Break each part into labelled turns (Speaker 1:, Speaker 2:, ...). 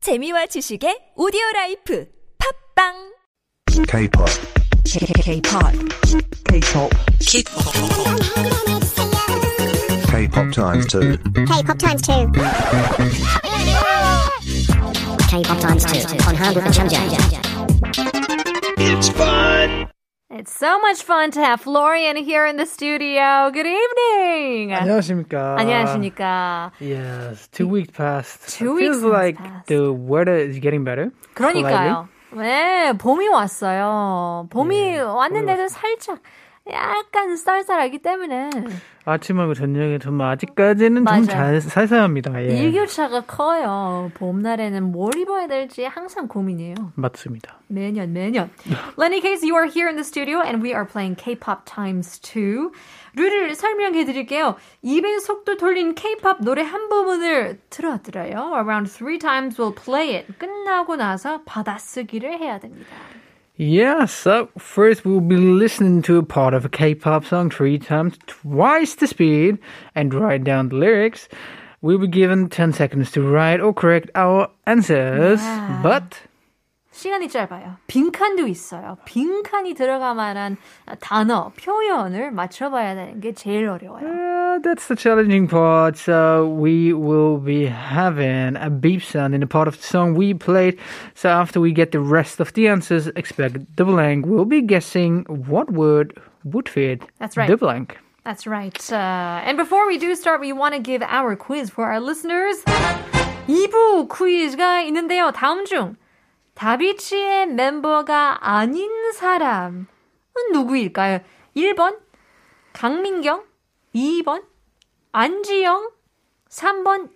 Speaker 1: 재미와 지식의 오디오 라이프 팝빵
Speaker 2: K-pop.
Speaker 3: K-pop. K-pop.
Speaker 2: K-pop times two.
Speaker 4: K-pop times two. K-pop times two on Hangul Chanja.
Speaker 5: It's so much fun to have Florian here in the studio. Good evening.
Speaker 6: 안녕하십니까. 네,
Speaker 5: 안녕하십니까.
Speaker 6: Yes, two weeks passed.
Speaker 5: Two
Speaker 6: It
Speaker 5: weeks
Speaker 6: Feels like
Speaker 5: passed.
Speaker 6: the weather is getting better.
Speaker 5: 그러니까요. 네, 봄이 왔어요. 봄이
Speaker 6: 네,
Speaker 5: 왔는데도 살짝 약간 쌀쌀하기 때문에
Speaker 6: slightly. 아침하고 저녁에 정말 아직까지는
Speaker 5: 맞아요.
Speaker 6: 좀 잘, 살살합니다. 예.
Speaker 5: 일교차가 커요. 봄날에는 뭘 입어야 될지 항상 고민이에요.
Speaker 6: 맞습니다.
Speaker 5: 매년 매년. Lenny Case, you are here in the studio and we are playing K-pop times two. 룰을 설명해 드릴게요. 입에 속도 돌린 K-pop 노래 한 부분을 틀어드려요. Around three times we'll play it. 끝나고 나서 받아쓰기를 해야 됩니다.
Speaker 6: Yeah, so first we'll be listening to a part of a K-pop song three times, twice the speed, and write down the lyrics. We'll be given 10 seconds to write or correct our answers,
Speaker 5: Yeah.
Speaker 6: but
Speaker 5: 시간이 짧아요. 빈칸도 있어요. 빈칸이 들어가만한 단어, 표현을 맞춰봐야 되는 게 제일 어려워요.
Speaker 6: Uh, that's the challenging part. So we will be having a beep sound in the part of the song we played. So after we get the rest of the answers, expect the blank. We'll be guessing what word would fit
Speaker 5: That's right.
Speaker 6: the blank.
Speaker 5: That's right. Uh, and before we do start, we want to give our quiz for our listeners. 2부 퀴즈가 있는데요. 다음 중 다비치의 멤버가 아닌 사람은 누구일까요? 1번 강민경, 2번 안지영, 3번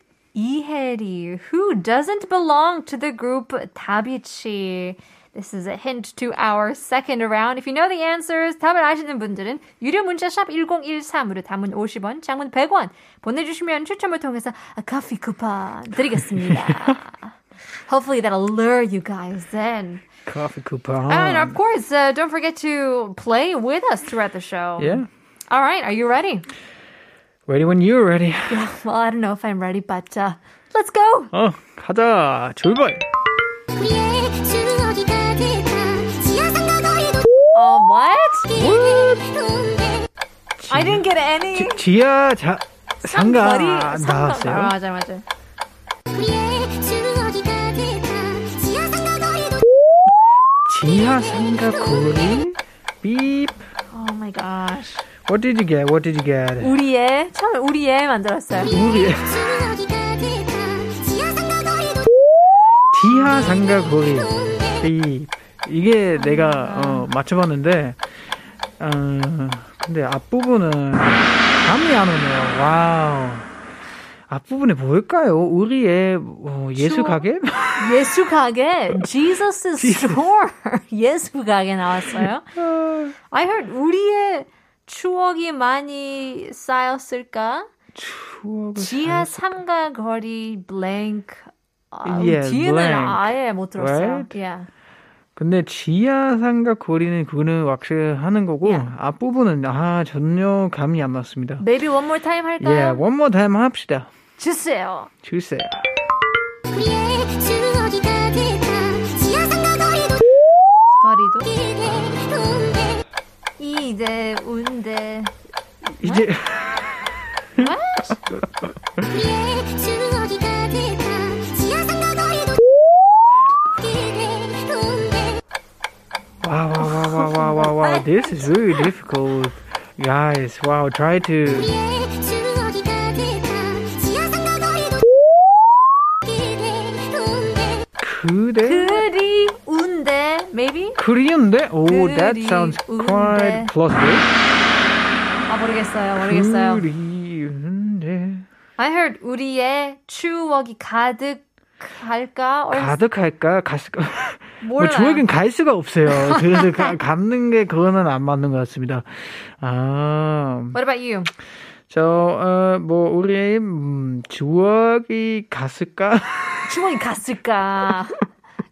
Speaker 5: 이혜리. Who doesn't belong to the group 다비치? This is a hint to our second round. If you know the answers, 답을 아시는 분들은 유료 문자 샵 1013으로 담은 50원, 장문 100원 보내주시면 추첨을 통해서 커피 쿠폰 드리겠습니다. Hopefully that'll lure you guys in.
Speaker 6: Coffee coupon.
Speaker 5: And of course, uh, don't forget to play with us throughout the show.
Speaker 6: yeah.
Speaker 5: All right, are you ready?
Speaker 6: Ready when you're ready.
Speaker 5: Well, I don't know if I'm ready, but uh, let's go.
Speaker 6: Oh, 가자. 출발.
Speaker 5: Oh, what? I didn't get any.
Speaker 6: 지- 지하 자 상가
Speaker 5: 머리 상관- 아,
Speaker 6: 나왔어요.
Speaker 5: 맞아, 맞아.
Speaker 6: 지하 상가 거리. Beep.
Speaker 5: Oh my gosh.
Speaker 6: What did you get? What did you get?
Speaker 5: 우리의 처음 우리의 만들었어요.
Speaker 6: 우리 지하 상가 거리. 이 이게 내가 어, 맞춰봤는데 어, 근데 앞부분은 감이 안 오네요. 와우. 앞부분에 뭘까요? 우리의 어, 예수
Speaker 5: 추억?
Speaker 6: 가게?
Speaker 5: 예수 가게 Jesus Store 예수 가게 나왔어요.
Speaker 6: 아,
Speaker 5: I heard 우리의 추억이 많이 쌓였을까?
Speaker 6: 아,
Speaker 5: 지하 삼가 거리 blank. 아,
Speaker 6: Yeah,
Speaker 5: 뒤에는
Speaker 6: blank.
Speaker 5: 아예 못 들었어요.
Speaker 6: Right?
Speaker 5: Yeah.
Speaker 6: 근데 지하 상가 거리는 그거는 왁스하는 거고 앞부분은 아 전혀 감이 안 맞습니다.
Speaker 5: Maybe one more time
Speaker 6: 예,
Speaker 5: 할까요?
Speaker 6: yeah, one more time 합시다.
Speaker 5: 주세요.
Speaker 6: 주세요.
Speaker 5: 거리도 이대 운대.
Speaker 6: 이제
Speaker 5: 네.
Speaker 6: Wow, wow, wow, wow, wow, wow, wow. This is really difficult. Guys, wow, try to. 그대?
Speaker 5: 그리 운대. Maybe?
Speaker 6: 그리운데? Oh, that sounds
Speaker 5: 그리운데.
Speaker 6: quite plausible.
Speaker 5: 아 모르겠어요. 모르겠어요.
Speaker 6: 그리운데.
Speaker 5: I heard 우리의 추억이 가득할까? Or
Speaker 6: 가득할까? 갈 수가. 뭐,
Speaker 5: 몰라요.
Speaker 6: 조액은 갈 수가 없어요. 그래서 가, 갚는 게 그거는 안 맞는 것 같습니다. 아.
Speaker 5: What about you?
Speaker 6: 저, 어, 뭐, 우리의, 음, 주억이 갔을까?
Speaker 5: 추억이 갔을까?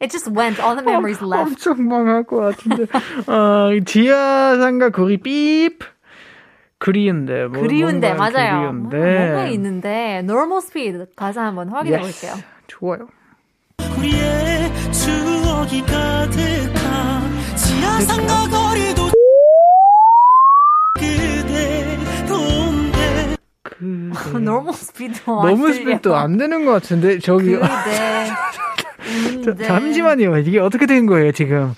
Speaker 5: It just went. All the memories
Speaker 6: 어,
Speaker 5: left.
Speaker 6: 엄청 망할 것 같은데. 어, 지하상가 거기 삐입. 그리운데. 뭐,
Speaker 5: 그리운데
Speaker 6: 뭔가
Speaker 5: 맞아요.
Speaker 6: 그리운데.
Speaker 5: 뭔가 있는데 normal speed 가사 한번 확인해
Speaker 6: Yes.
Speaker 5: 볼게요.
Speaker 6: 좋아요.
Speaker 7: 우리의 상가거리도 그대 돈데
Speaker 6: 그...
Speaker 5: 너무 스피드도 안
Speaker 6: 너무
Speaker 5: 들려.
Speaker 6: 스피드도 안 되는 것 같은데 저기
Speaker 5: 뭐 그대 운데.
Speaker 6: 잠시만요. 이게 어떻게 된 거예요 지금?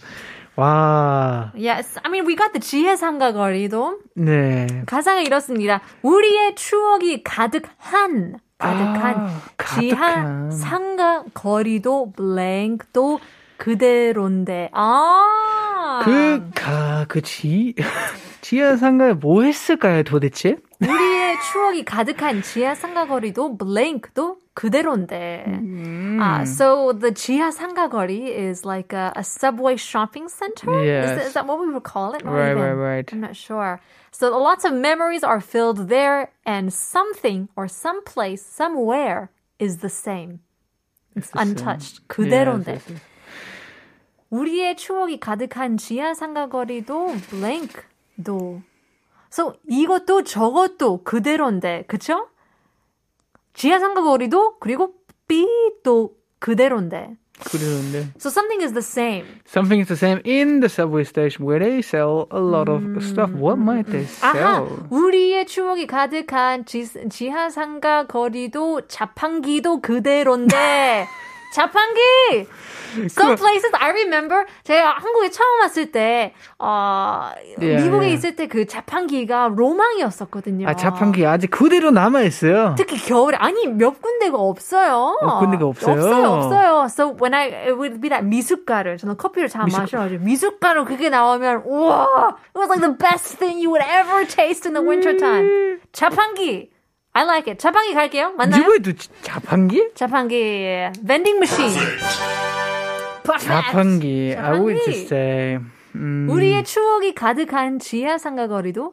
Speaker 6: 와,
Speaker 5: Yes, I mean we got the 지혜 삼가거리도
Speaker 6: 네.
Speaker 5: 가사가 이렇습니다. 우리의 추억이 가득한 가득한
Speaker 6: 아,
Speaker 5: 지하
Speaker 6: 가득한.
Speaker 5: 상가 거리도 블랭크도 그대로인데 아
Speaker 6: 그, 가, 그 지, 지하 상가에 뭐 했을까요 도대체?
Speaker 5: 우리의 추억이 가득한 지하 상가거리도 블랭크도 그대로인데 아 so the 지하 상가거리 is like a, a subway shopping center is,
Speaker 6: Yes.
Speaker 5: that- is that what we would call it Not
Speaker 6: Right,
Speaker 5: even.
Speaker 6: right, right.
Speaker 5: I'm not sure so lots of memories are filled there and something or someplace somewhere is the same it's untouched 그대로인데
Speaker 6: Yes, yes, yes.
Speaker 5: 우리의 추억이 가득한 지하 상가거리도 블랭크도. So 이것도 저것도 그대로인데, 그쵸? 지하 상가거리도 그리고 B도 그대로인데.
Speaker 6: 그대로인데.
Speaker 5: So something is the same.
Speaker 6: Something is the same in the subway station where they sell a lot of stuff. What might they
Speaker 5: 음. 아하,
Speaker 6: sell?
Speaker 5: 우리의 추억이 가득한 지, 지하 상가거리도 자판기도 그대로인데. 자판기! Some places I remember 제가 한국에 처음 왔을 때 어,
Speaker 6: 예,
Speaker 5: 미국에
Speaker 6: 예.
Speaker 5: 있을 때 그 자판기가 로망이었었거든요.
Speaker 6: 아, 자판기 아직 그대로 남아있어요.
Speaker 5: 특히 겨울에 아니 몇 군데가 없어요.
Speaker 6: 몇 군데가 없어요?
Speaker 5: 없어요, 없어요. So when I it would be that 미숫가루. 저는 커피를 잘
Speaker 6: 미숫-
Speaker 5: 마셔가지고 미숫가루 그게 나오면 우와, it was like the best thing you would ever taste in the winter
Speaker 6: 음.
Speaker 5: time. 자판기, I like it. 자판기 갈게요. 만나요?
Speaker 6: 누구에도 지-
Speaker 5: 네,
Speaker 6: 자판기?
Speaker 5: 자판기 vending machine. Perfect.
Speaker 6: 자판기. I would
Speaker 5: 자판기.
Speaker 6: just say. 음,
Speaker 5: 우리의 추억이 가득한 지하 상가거리도
Speaker 6: 어,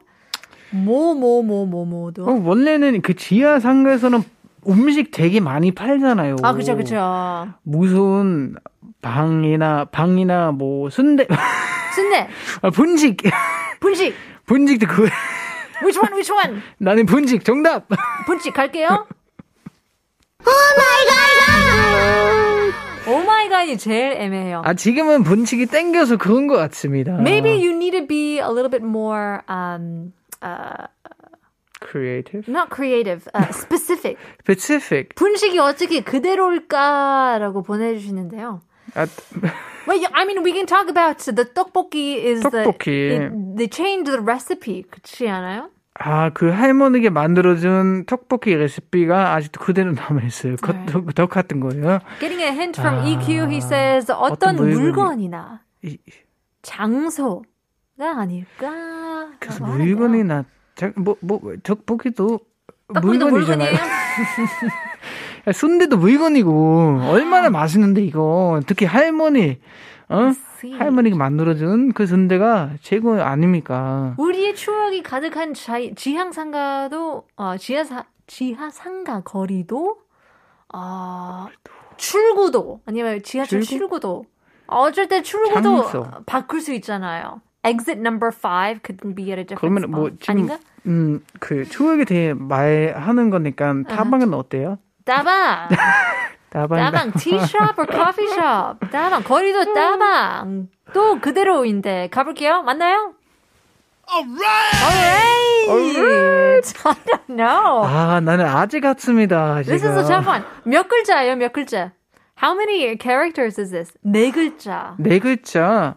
Speaker 5: 뭐뭐뭐뭐뭐도
Speaker 6: 원래는 그 지하 상가에서는 음식 되게 많이 팔잖아요.
Speaker 5: 아 그죠 그죠
Speaker 6: 무슨 방이나 방이나 뭐 순대
Speaker 5: 순대
Speaker 6: 아, 분식
Speaker 5: 분식
Speaker 6: 분식도 그
Speaker 5: which one which one
Speaker 6: 나는 분식 정답
Speaker 5: 분식 갈게요 오 Oh 마이 갓 오마이갓이 제일 애매해요
Speaker 6: 아 지금은 분식이 땡겨서 그런 것 같습니다
Speaker 5: maybe you need to be a little bit more um uh
Speaker 6: creative
Speaker 5: not creative uh, specific
Speaker 6: specific
Speaker 5: 분식이 어떻게 그대로일까라고 보내주시는데요
Speaker 6: 아,
Speaker 5: Well, yeah, I mean, we can talk about the tteokbokki is
Speaker 6: 떡볶이.
Speaker 5: the it, they changed the recipe, 그렇지 않아요?
Speaker 6: 아, 그 할머니가 만들어준 떡볶이 레시피가 아직도 그대로
Speaker 5: 네.
Speaker 6: 남아있어요. 그, 덕, 덕 같은 거예요.
Speaker 5: Getting a hint from EQ, he says 어떤
Speaker 6: 아, 어떤 물건이-
Speaker 5: 물건이나
Speaker 6: 이-
Speaker 5: 장소가 아닐까.
Speaker 6: 그 물건이나, 자, 뭐, 뭐, 떡볶이도
Speaker 5: 떡볶이도
Speaker 6: 물건이잖아요.
Speaker 5: 물건이에요.
Speaker 6: 야, 순대도 물건이고,
Speaker 5: 아.
Speaker 6: 얼마나 맛있는데, 이거. 특히 할머니, 어?
Speaker 5: see.
Speaker 6: 할머니가 만들어준 그 순대가 최고 아닙니까?
Speaker 5: 우리의 추억이 가득한 지, 지향 상가도 어, 지하 사, 지하 상가 거리도 어, 출구도 아니면 지하철
Speaker 6: 출구?
Speaker 5: 출구? 도 어쩔 때 출구도
Speaker 6: 장소.
Speaker 5: 바꿀 수 있잖아요. Exit number five could be at a different
Speaker 6: 그러면
Speaker 5: spot.
Speaker 6: 뭐, 지금,
Speaker 5: 아닌가?
Speaker 6: 음, 그, 추억에 대해 말하는 거니까,
Speaker 5: 아,
Speaker 6: 다방은 어때요?
Speaker 5: 따방,
Speaker 6: 다방,
Speaker 5: 따방, 티샵 or 커피숍, 따방
Speaker 6: 음.
Speaker 5: 거리도 따방 또 그대로인데 가볼게요. 만나요? Alright, alright. I don't know.
Speaker 6: 아, 나는 아재 같습니다.
Speaker 5: This is
Speaker 6: 지금.
Speaker 5: a tough one. 몇 글자예요? 몇 글자? How many characters is this? 네 글자.
Speaker 6: 네 글자.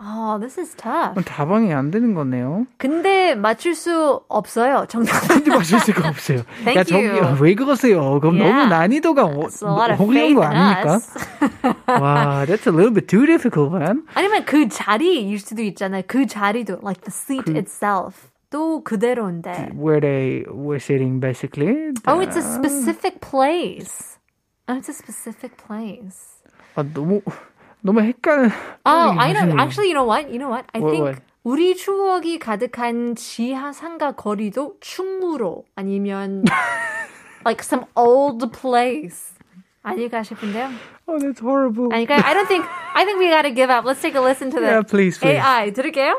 Speaker 5: Oh, this is tough.
Speaker 6: 그럼 다방이 안 되는 거네요.
Speaker 5: 근데 맞출 수 없어요. 정답.
Speaker 6: 근데 마실 수가 없어요.
Speaker 5: Thank
Speaker 6: 야, 저기 아,
Speaker 5: you.
Speaker 6: 왜 그러세요? 그럼
Speaker 5: Yeah.
Speaker 6: 너무 난이도가 어,
Speaker 5: That's a lot of
Speaker 6: 어려운
Speaker 5: faith
Speaker 6: 거
Speaker 5: in
Speaker 6: 아닙니까?
Speaker 5: us.
Speaker 6: 와, that's a little bit too difficult, man.
Speaker 5: 아니면 그 자리일 수도 있잖아요. 그 자리도 like the seat itself 또 그대로인데.
Speaker 6: Where they were sitting, basically.
Speaker 5: Oh, it's a specific place. Oh, it's a specific place.
Speaker 6: 아, 너무, 너무 헷갈려.
Speaker 5: Oh, I know. Actually, you know what? You know what? I
Speaker 6: What,
Speaker 5: think
Speaker 6: what?
Speaker 5: 우리 추억이 가득한 지하 상가 거리도 충무로 아니면 like some old place 아닐까 싶은데요.
Speaker 6: Oh, that's horrible.
Speaker 5: 아닐까? I don't think. I think we gotta give up. Let's take a listen to the
Speaker 6: Yeah, please, please.
Speaker 5: AI 들을게요.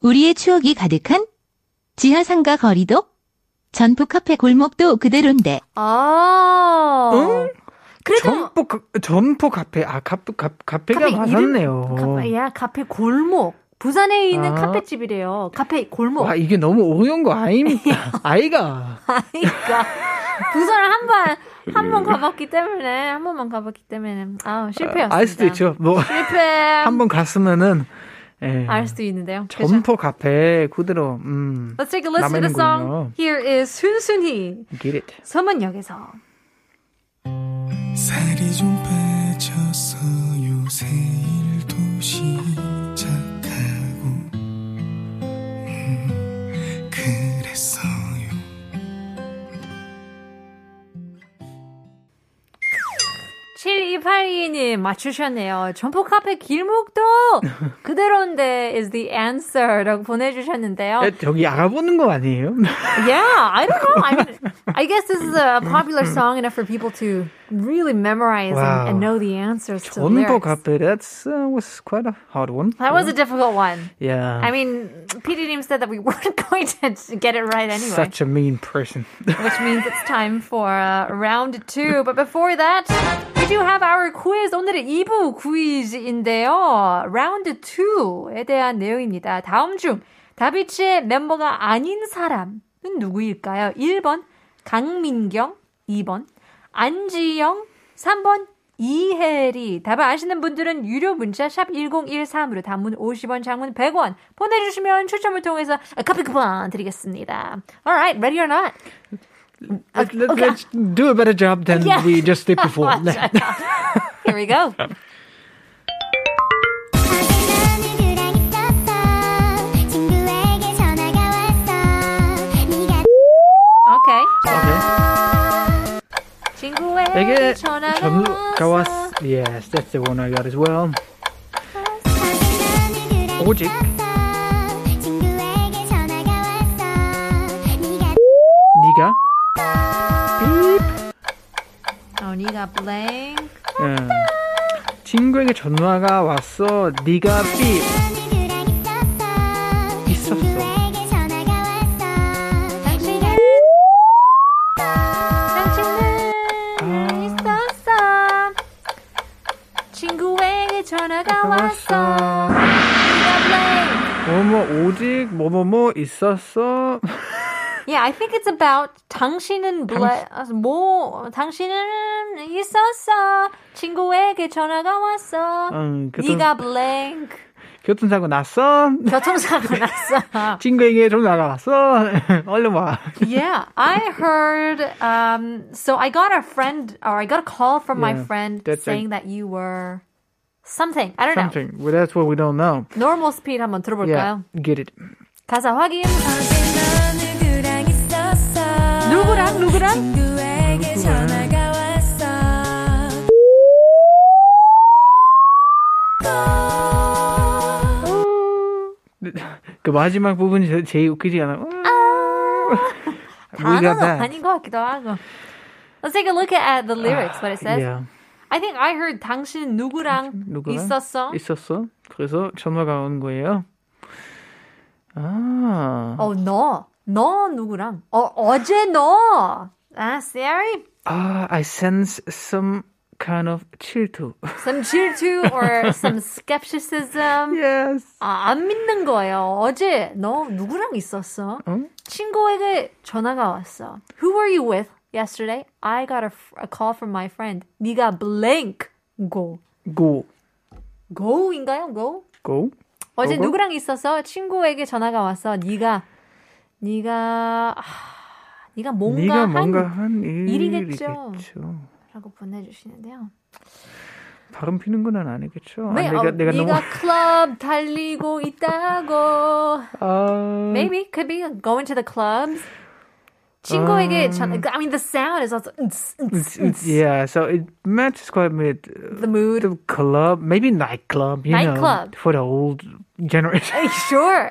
Speaker 8: 우리의 추억이 가득한 지하상가 거리도 전포 카페 골목도 그대로인데
Speaker 5: 아. 그래도
Speaker 6: 점포 카- 점포 카페 아 카페 카- 카페가
Speaker 5: 카페 이름-
Speaker 6: 맞았네요.
Speaker 5: 카페, 예. 야 카페 골목 부산에 있는
Speaker 6: 아.
Speaker 5: 카페집이래요. 카페 골목.
Speaker 6: 와 이게 너무 어려운 거 아닙니까? 아이가
Speaker 5: 그러니까 부산을 한번 한 번 가봤기 때문에 한 번만 가봤기 때문에 아 실패였습니다.
Speaker 6: 알 수도 있죠. 뭐 한 번
Speaker 5: 실패. 한번
Speaker 6: 갔으면은 예.
Speaker 5: 알 수도 있는데요. 그죠?
Speaker 6: 점포 카페 그대로 음
Speaker 5: Let's take a listen to the song.
Speaker 6: 남아있는군요.
Speaker 5: Here is 순순히
Speaker 6: get it.
Speaker 5: 서문역에서.
Speaker 9: 살이 좀 빠져서 요새 일도 시작하고 음, 그랬어요
Speaker 5: 칠이팔이님 맞추셨네요. 점포 카페 길목도 그대로인데 is the answer라고 보내주셨는데요.
Speaker 6: 예, 저기 알아보는 거 아니에요?
Speaker 5: Yeah, I don't know. I, mean, I guess this is a popular song enough for people to really memorize
Speaker 6: Wow.
Speaker 5: and, and know the answers to the
Speaker 6: 점포
Speaker 5: lyrics.
Speaker 6: 카페 that's uh, was quite a hard one.
Speaker 5: That was a difficult one.
Speaker 6: yeah.
Speaker 5: I mean, PD Deem said that we weren't going to get it right anyway,
Speaker 6: such a mean person.
Speaker 5: which means it's time for uh, round two. But before that, we do have our quiz. 오늘의 2부 퀴즈인데요. Round two 에 대한 내용입니다. 다음 중 다비치의 멤버가 아닌 사람은 누구일까요? 1번 강민경, 2번 안지영, 3번 이혜리. 답을 아시는 분들은 유료 문자 샵 1013으로 단문 50원, 장문 100원 보내주시면 추첨을 통해서 아, 커피 쿠폰 드리겠습니다. Alright, ready or not?
Speaker 6: Let, let, Let's do a better job than
Speaker 5: Yeah.
Speaker 6: we just did before. 네.
Speaker 5: Here we go. Okay. 친구의
Speaker 6: 이게
Speaker 5: 아, 전화가
Speaker 6: 전가 왔.
Speaker 5: 왔어.
Speaker 6: Yes, that's the one I got as well. 오직 네가
Speaker 5: 어, 네가 blank.
Speaker 6: 응. 친구에게 전화가 왔어. 네가 삐 있었어.
Speaker 5: 당신은 아. 있었어. 친구에게 전화가 왔어. 네가 blank.
Speaker 6: 뭐뭐 오직 뭐뭐뭐 있었어.
Speaker 5: Yeah, I think it's about 당신은 블레 뭐 당신은 있었어 친구에게 전화가 왔어.
Speaker 6: 응, 교통
Speaker 5: 네가 블랭크
Speaker 6: 교통사고 났어.
Speaker 5: 교통사고 났어.
Speaker 6: 친구에게 전화가 왔어. 얼른 와.
Speaker 5: yeah, I heard. Um, so I got a friend or I got a call from my
Speaker 6: Yeah,
Speaker 5: friend
Speaker 6: that's
Speaker 5: saying that you were something. I don't know.
Speaker 6: Something. Well, that's what we don't know.
Speaker 5: Normal speed 한번 들어볼까요?
Speaker 6: Yeah, get it.
Speaker 5: 가사 확인. 누구랑 누구랑?
Speaker 6: 그 마지막 부분이 제- 제일 웃기지 않아? 어? We got
Speaker 5: 단어는
Speaker 6: that.
Speaker 5: 아닌 것 같기도 하고. Let's take a look at the lyrics. What it
Speaker 6: Ah,
Speaker 5: says.
Speaker 6: Yeah.
Speaker 5: I think I heard 당신 누구랑,
Speaker 6: 누구랑?
Speaker 5: 있었어?
Speaker 6: 있었어. 그래서 전화가 온 거예요. 아,
Speaker 5: 어, 너. 너 누구랑? 어, 어제 너. Ah, 아, Sari?
Speaker 6: 아, I sense some kind of 질투.
Speaker 5: Some 질투 or some skepticism.
Speaker 6: yes.
Speaker 5: 아, 안 믿는 거예요. 어제 너 누구랑 있었어?
Speaker 6: 응?
Speaker 5: 친구에게 전화가 왔어. Who were you with yesterday? I got a, f- a call from my friend. 네가 blank. go.
Speaker 6: Go.
Speaker 5: go인가요? go?
Speaker 6: Go.
Speaker 5: 어제
Speaker 6: 뭐고?
Speaker 5: 누구랑 있어서 친구에게 전화가 와서 네가 네가 아, 네가 뭔가
Speaker 6: 네가 뭔가
Speaker 5: 뭔가
Speaker 6: 한
Speaker 5: 일이겠죠.
Speaker 6: 일이겠죠.
Speaker 5: 한라고 보내주시는데요.
Speaker 6: 발음 피는 건 아니겠죠. 아,
Speaker 5: 왜
Speaker 6: 내가
Speaker 5: 어,
Speaker 6: 내가
Speaker 5: 네가
Speaker 6: 너무
Speaker 5: 클럽 달리고 있다고
Speaker 6: 아,
Speaker 5: maybe could be going to the clubs. 친구에게 전 I mean the sound is also "Ns,
Speaker 6: it's,
Speaker 5: ns,
Speaker 6: it's, Um. 음,
Speaker 5: ns."
Speaker 6: yeah. So it matches quite with
Speaker 5: the mood.
Speaker 6: the club, maybe nightclub. You
Speaker 5: Nightclub.
Speaker 6: know, for the old generation.
Speaker 5: Sure.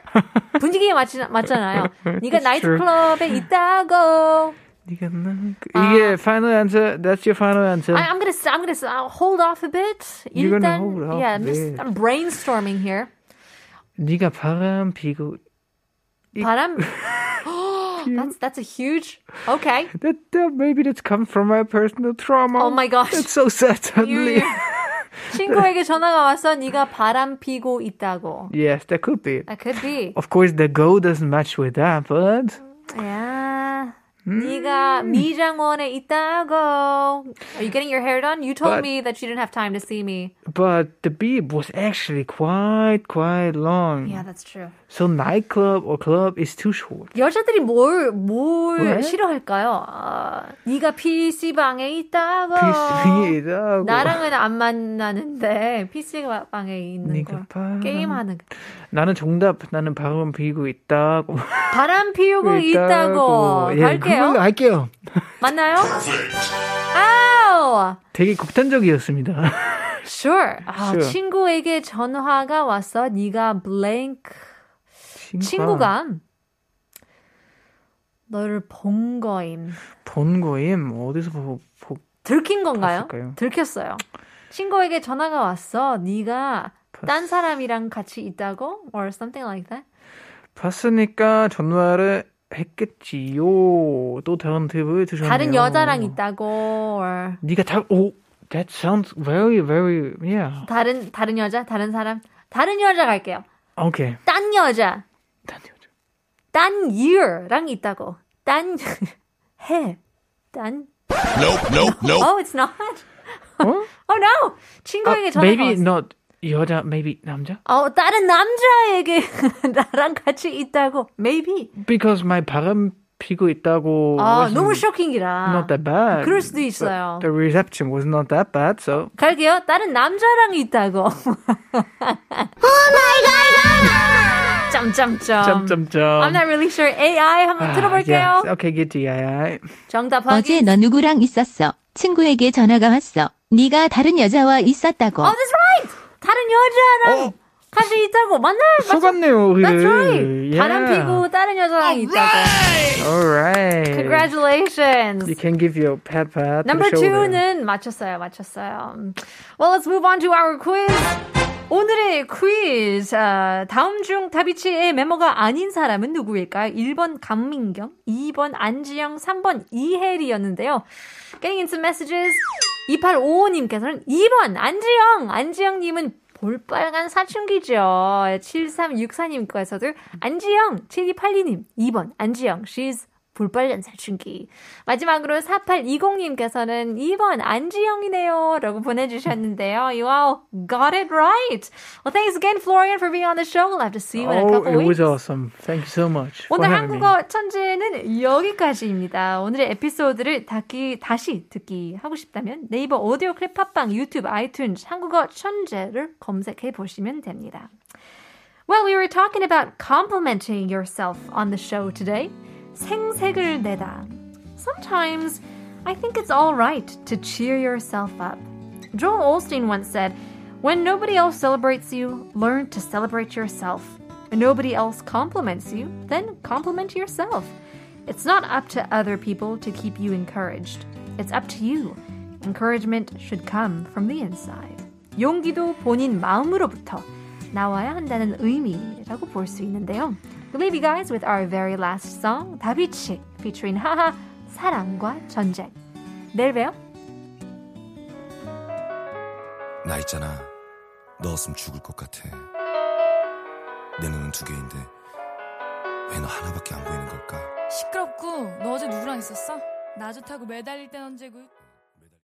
Speaker 5: 분위기에 맞지, 맞잖아요. 네가
Speaker 6: It's true.
Speaker 5: 나이트클럽에 있다고.
Speaker 6: 네가 나- 이게 final answer. That's your final answer.
Speaker 5: Ah. I, I'm gonna s- I'm gonna s- I'll hold off a bit.
Speaker 6: You're gonna
Speaker 5: 일단-
Speaker 6: hold off a
Speaker 5: yeah, I'm just
Speaker 6: bit.
Speaker 5: I'm brainstorming here.
Speaker 6: 네가 바람 피고
Speaker 5: 바람 That's that's a huge. Okay.
Speaker 6: That uh, maybe that's come from my personal trauma.
Speaker 5: Oh my gosh.
Speaker 6: It's so sad suddenly.
Speaker 5: You- 친구에게 전화가 와서 네가 바람 피고 있다고.
Speaker 6: yes, that could be.
Speaker 5: That could be.
Speaker 6: Of course, the go doesn't match with that, but
Speaker 5: 야,
Speaker 6: 음.
Speaker 5: 네가 미장원에 있다고. Are you getting your hair done? You
Speaker 6: But-
Speaker 5: told me that you didn't have time to see me.
Speaker 6: but the beep was actually quite quite long.
Speaker 5: Yeah, that's true.
Speaker 6: So nightclub or club is too short.
Speaker 5: 여자들이 뭘, 뭘
Speaker 6: 왜?
Speaker 5: 싫어할까요? 아, 네가 PC방에 있다고.
Speaker 6: 비스미이라고.
Speaker 5: 나랑은 안 만나는데 PC방에 있는
Speaker 6: 네가 음.
Speaker 5: 거.
Speaker 6: 바람-
Speaker 5: 게임하는 거.
Speaker 6: 나는 정답. 나는 바람 피고 있다고.
Speaker 5: 바람 피우고 있다고.
Speaker 6: 예,
Speaker 5: 갈게요.
Speaker 6: 그걸로 할게요.
Speaker 5: 만나요? 아우!
Speaker 6: 되게 극단적이었습니다.
Speaker 5: Sure. 아,
Speaker 6: Sure.
Speaker 5: 친구에게 전화가 왔어. 네가 blank
Speaker 6: 그러니까.
Speaker 5: 친구가 너를 본 거임.
Speaker 6: 본 거임 뭐 어디서 보, 보
Speaker 5: 들킨 건가요?
Speaker 6: 봤을까요?
Speaker 5: 들켰어요. 친구에게 전화가 왔어. 네가 딴 사람이랑 같이 있다고 or something like that.
Speaker 6: 봤으니까 전화를 했겠지요. 또 다른 팁을 주셨네요.
Speaker 5: 다른 여자랑 있다고 or
Speaker 6: 네가 다 오. That sounds very very yeah.
Speaker 5: 다른 다른 여자, 다른 사람. 다른 여자 갈게요.
Speaker 6: Okay.
Speaker 5: 딴 여자.
Speaker 6: 다른 여자.
Speaker 5: 딴 year랑 있다고. 딴 해. 딴 No, no, no. Oh, it's not.
Speaker 6: 어? 아,
Speaker 5: Oh no. 친구에게 전화가
Speaker 6: maybe
Speaker 5: 왔어.
Speaker 6: not 여자 maybe 남자?
Speaker 5: 어, 다른 남자에게 나랑 같이 있다고. Maybe.
Speaker 6: Because my 바람 피고 있다고
Speaker 5: 아,
Speaker 6: was
Speaker 5: 너무 쇼킹이라.
Speaker 6: 뭐, not that bad.
Speaker 5: 그럴 수도
Speaker 6: But
Speaker 5: 있어요.
Speaker 6: The reception was not that bad. So
Speaker 5: 갈게요. 다른 남자랑 있다고. 점점점. 아. I'm
Speaker 6: 점점점.
Speaker 5: not really sure. AI
Speaker 6: 아,
Speaker 5: 한번 들어볼게요.
Speaker 6: Yes. Okay, get the AI.
Speaker 5: 정답 확인.
Speaker 8: 어제 너 누구랑 있었어? 친구에게 전화가 왔어. 네가 다른 여자와 있었다고.
Speaker 5: Oh, that's right. 다른 여자랑
Speaker 6: 어.
Speaker 5: 같이 있다고. 맞나? 맞아.
Speaker 6: 속았네요, 우리.
Speaker 5: That's right. 바람 피고 다른 여자랑 있다고.
Speaker 6: Alright.
Speaker 5: Congratulations.
Speaker 6: You can give your pat pat.
Speaker 5: Number
Speaker 6: to the shoulder.
Speaker 5: two는 맞췄어요, 맞췄어요. 음. Well, let's move on to our quiz. 오늘의 퀴즈. 아, 다음 중 다비치의 멤버가 아닌 사람은 누구일까요? 1번 강민경, 2번 안지영, 3번 이혜리였는데요. Getting into messages. 2855님께서는 2번 안지영! 안지영님은 볼빨간 사춘기죠. 7364님께서도 안지영! 7282님 2번 안지영. She's 볼빨간 사춘기. 마지막으로 4820님께서는 2번 안지영이네요. 라고 보내주셨는데요. You all got it right. Well, thanks again, Florian, for being on the show. We'll have to see you in a
Speaker 6: Oh,
Speaker 5: couple
Speaker 6: it was
Speaker 5: weeks.
Speaker 6: awesome. Thank you so much. for
Speaker 5: 오늘
Speaker 6: having me.
Speaker 5: 한국어 천재는 여기까지입니다. 오늘의 에피소드를 다시, 다시 듣기 하고 싶다면 네이버 오디오 클립 팟빵 유튜브 아이튠즈 한국어 천재를 검색해 보시면 됩니다. Well, we were talking about complimenting yourself on the show today. 생색을 내다. Sometimes I think it's all right to cheer yourself up. Joel Olstein once said, When nobody else celebrates you, learn to celebrate yourself. When nobody else compliments you, then compliment yourself. It's not up to other people to keep you encouraged. It's up to you. Encouragement should come from the inside. 용기도 본인 마음으로부터 나와야 한다는 의미라고 볼 수 있는데요. We'll leave you guys with our very last song, 다비치, featuring 하하, 사랑과 전쟁. 내일 봬요.
Speaker 9: 나 있잖아 넣었으면 죽을 것 같아 내 눈은 두 개인데 왜 너 하나밖에 안 보이는 걸까
Speaker 10: 시끄럽고 너 어제 누구랑 있었어? 나 좋다고 매달릴 땐 언제고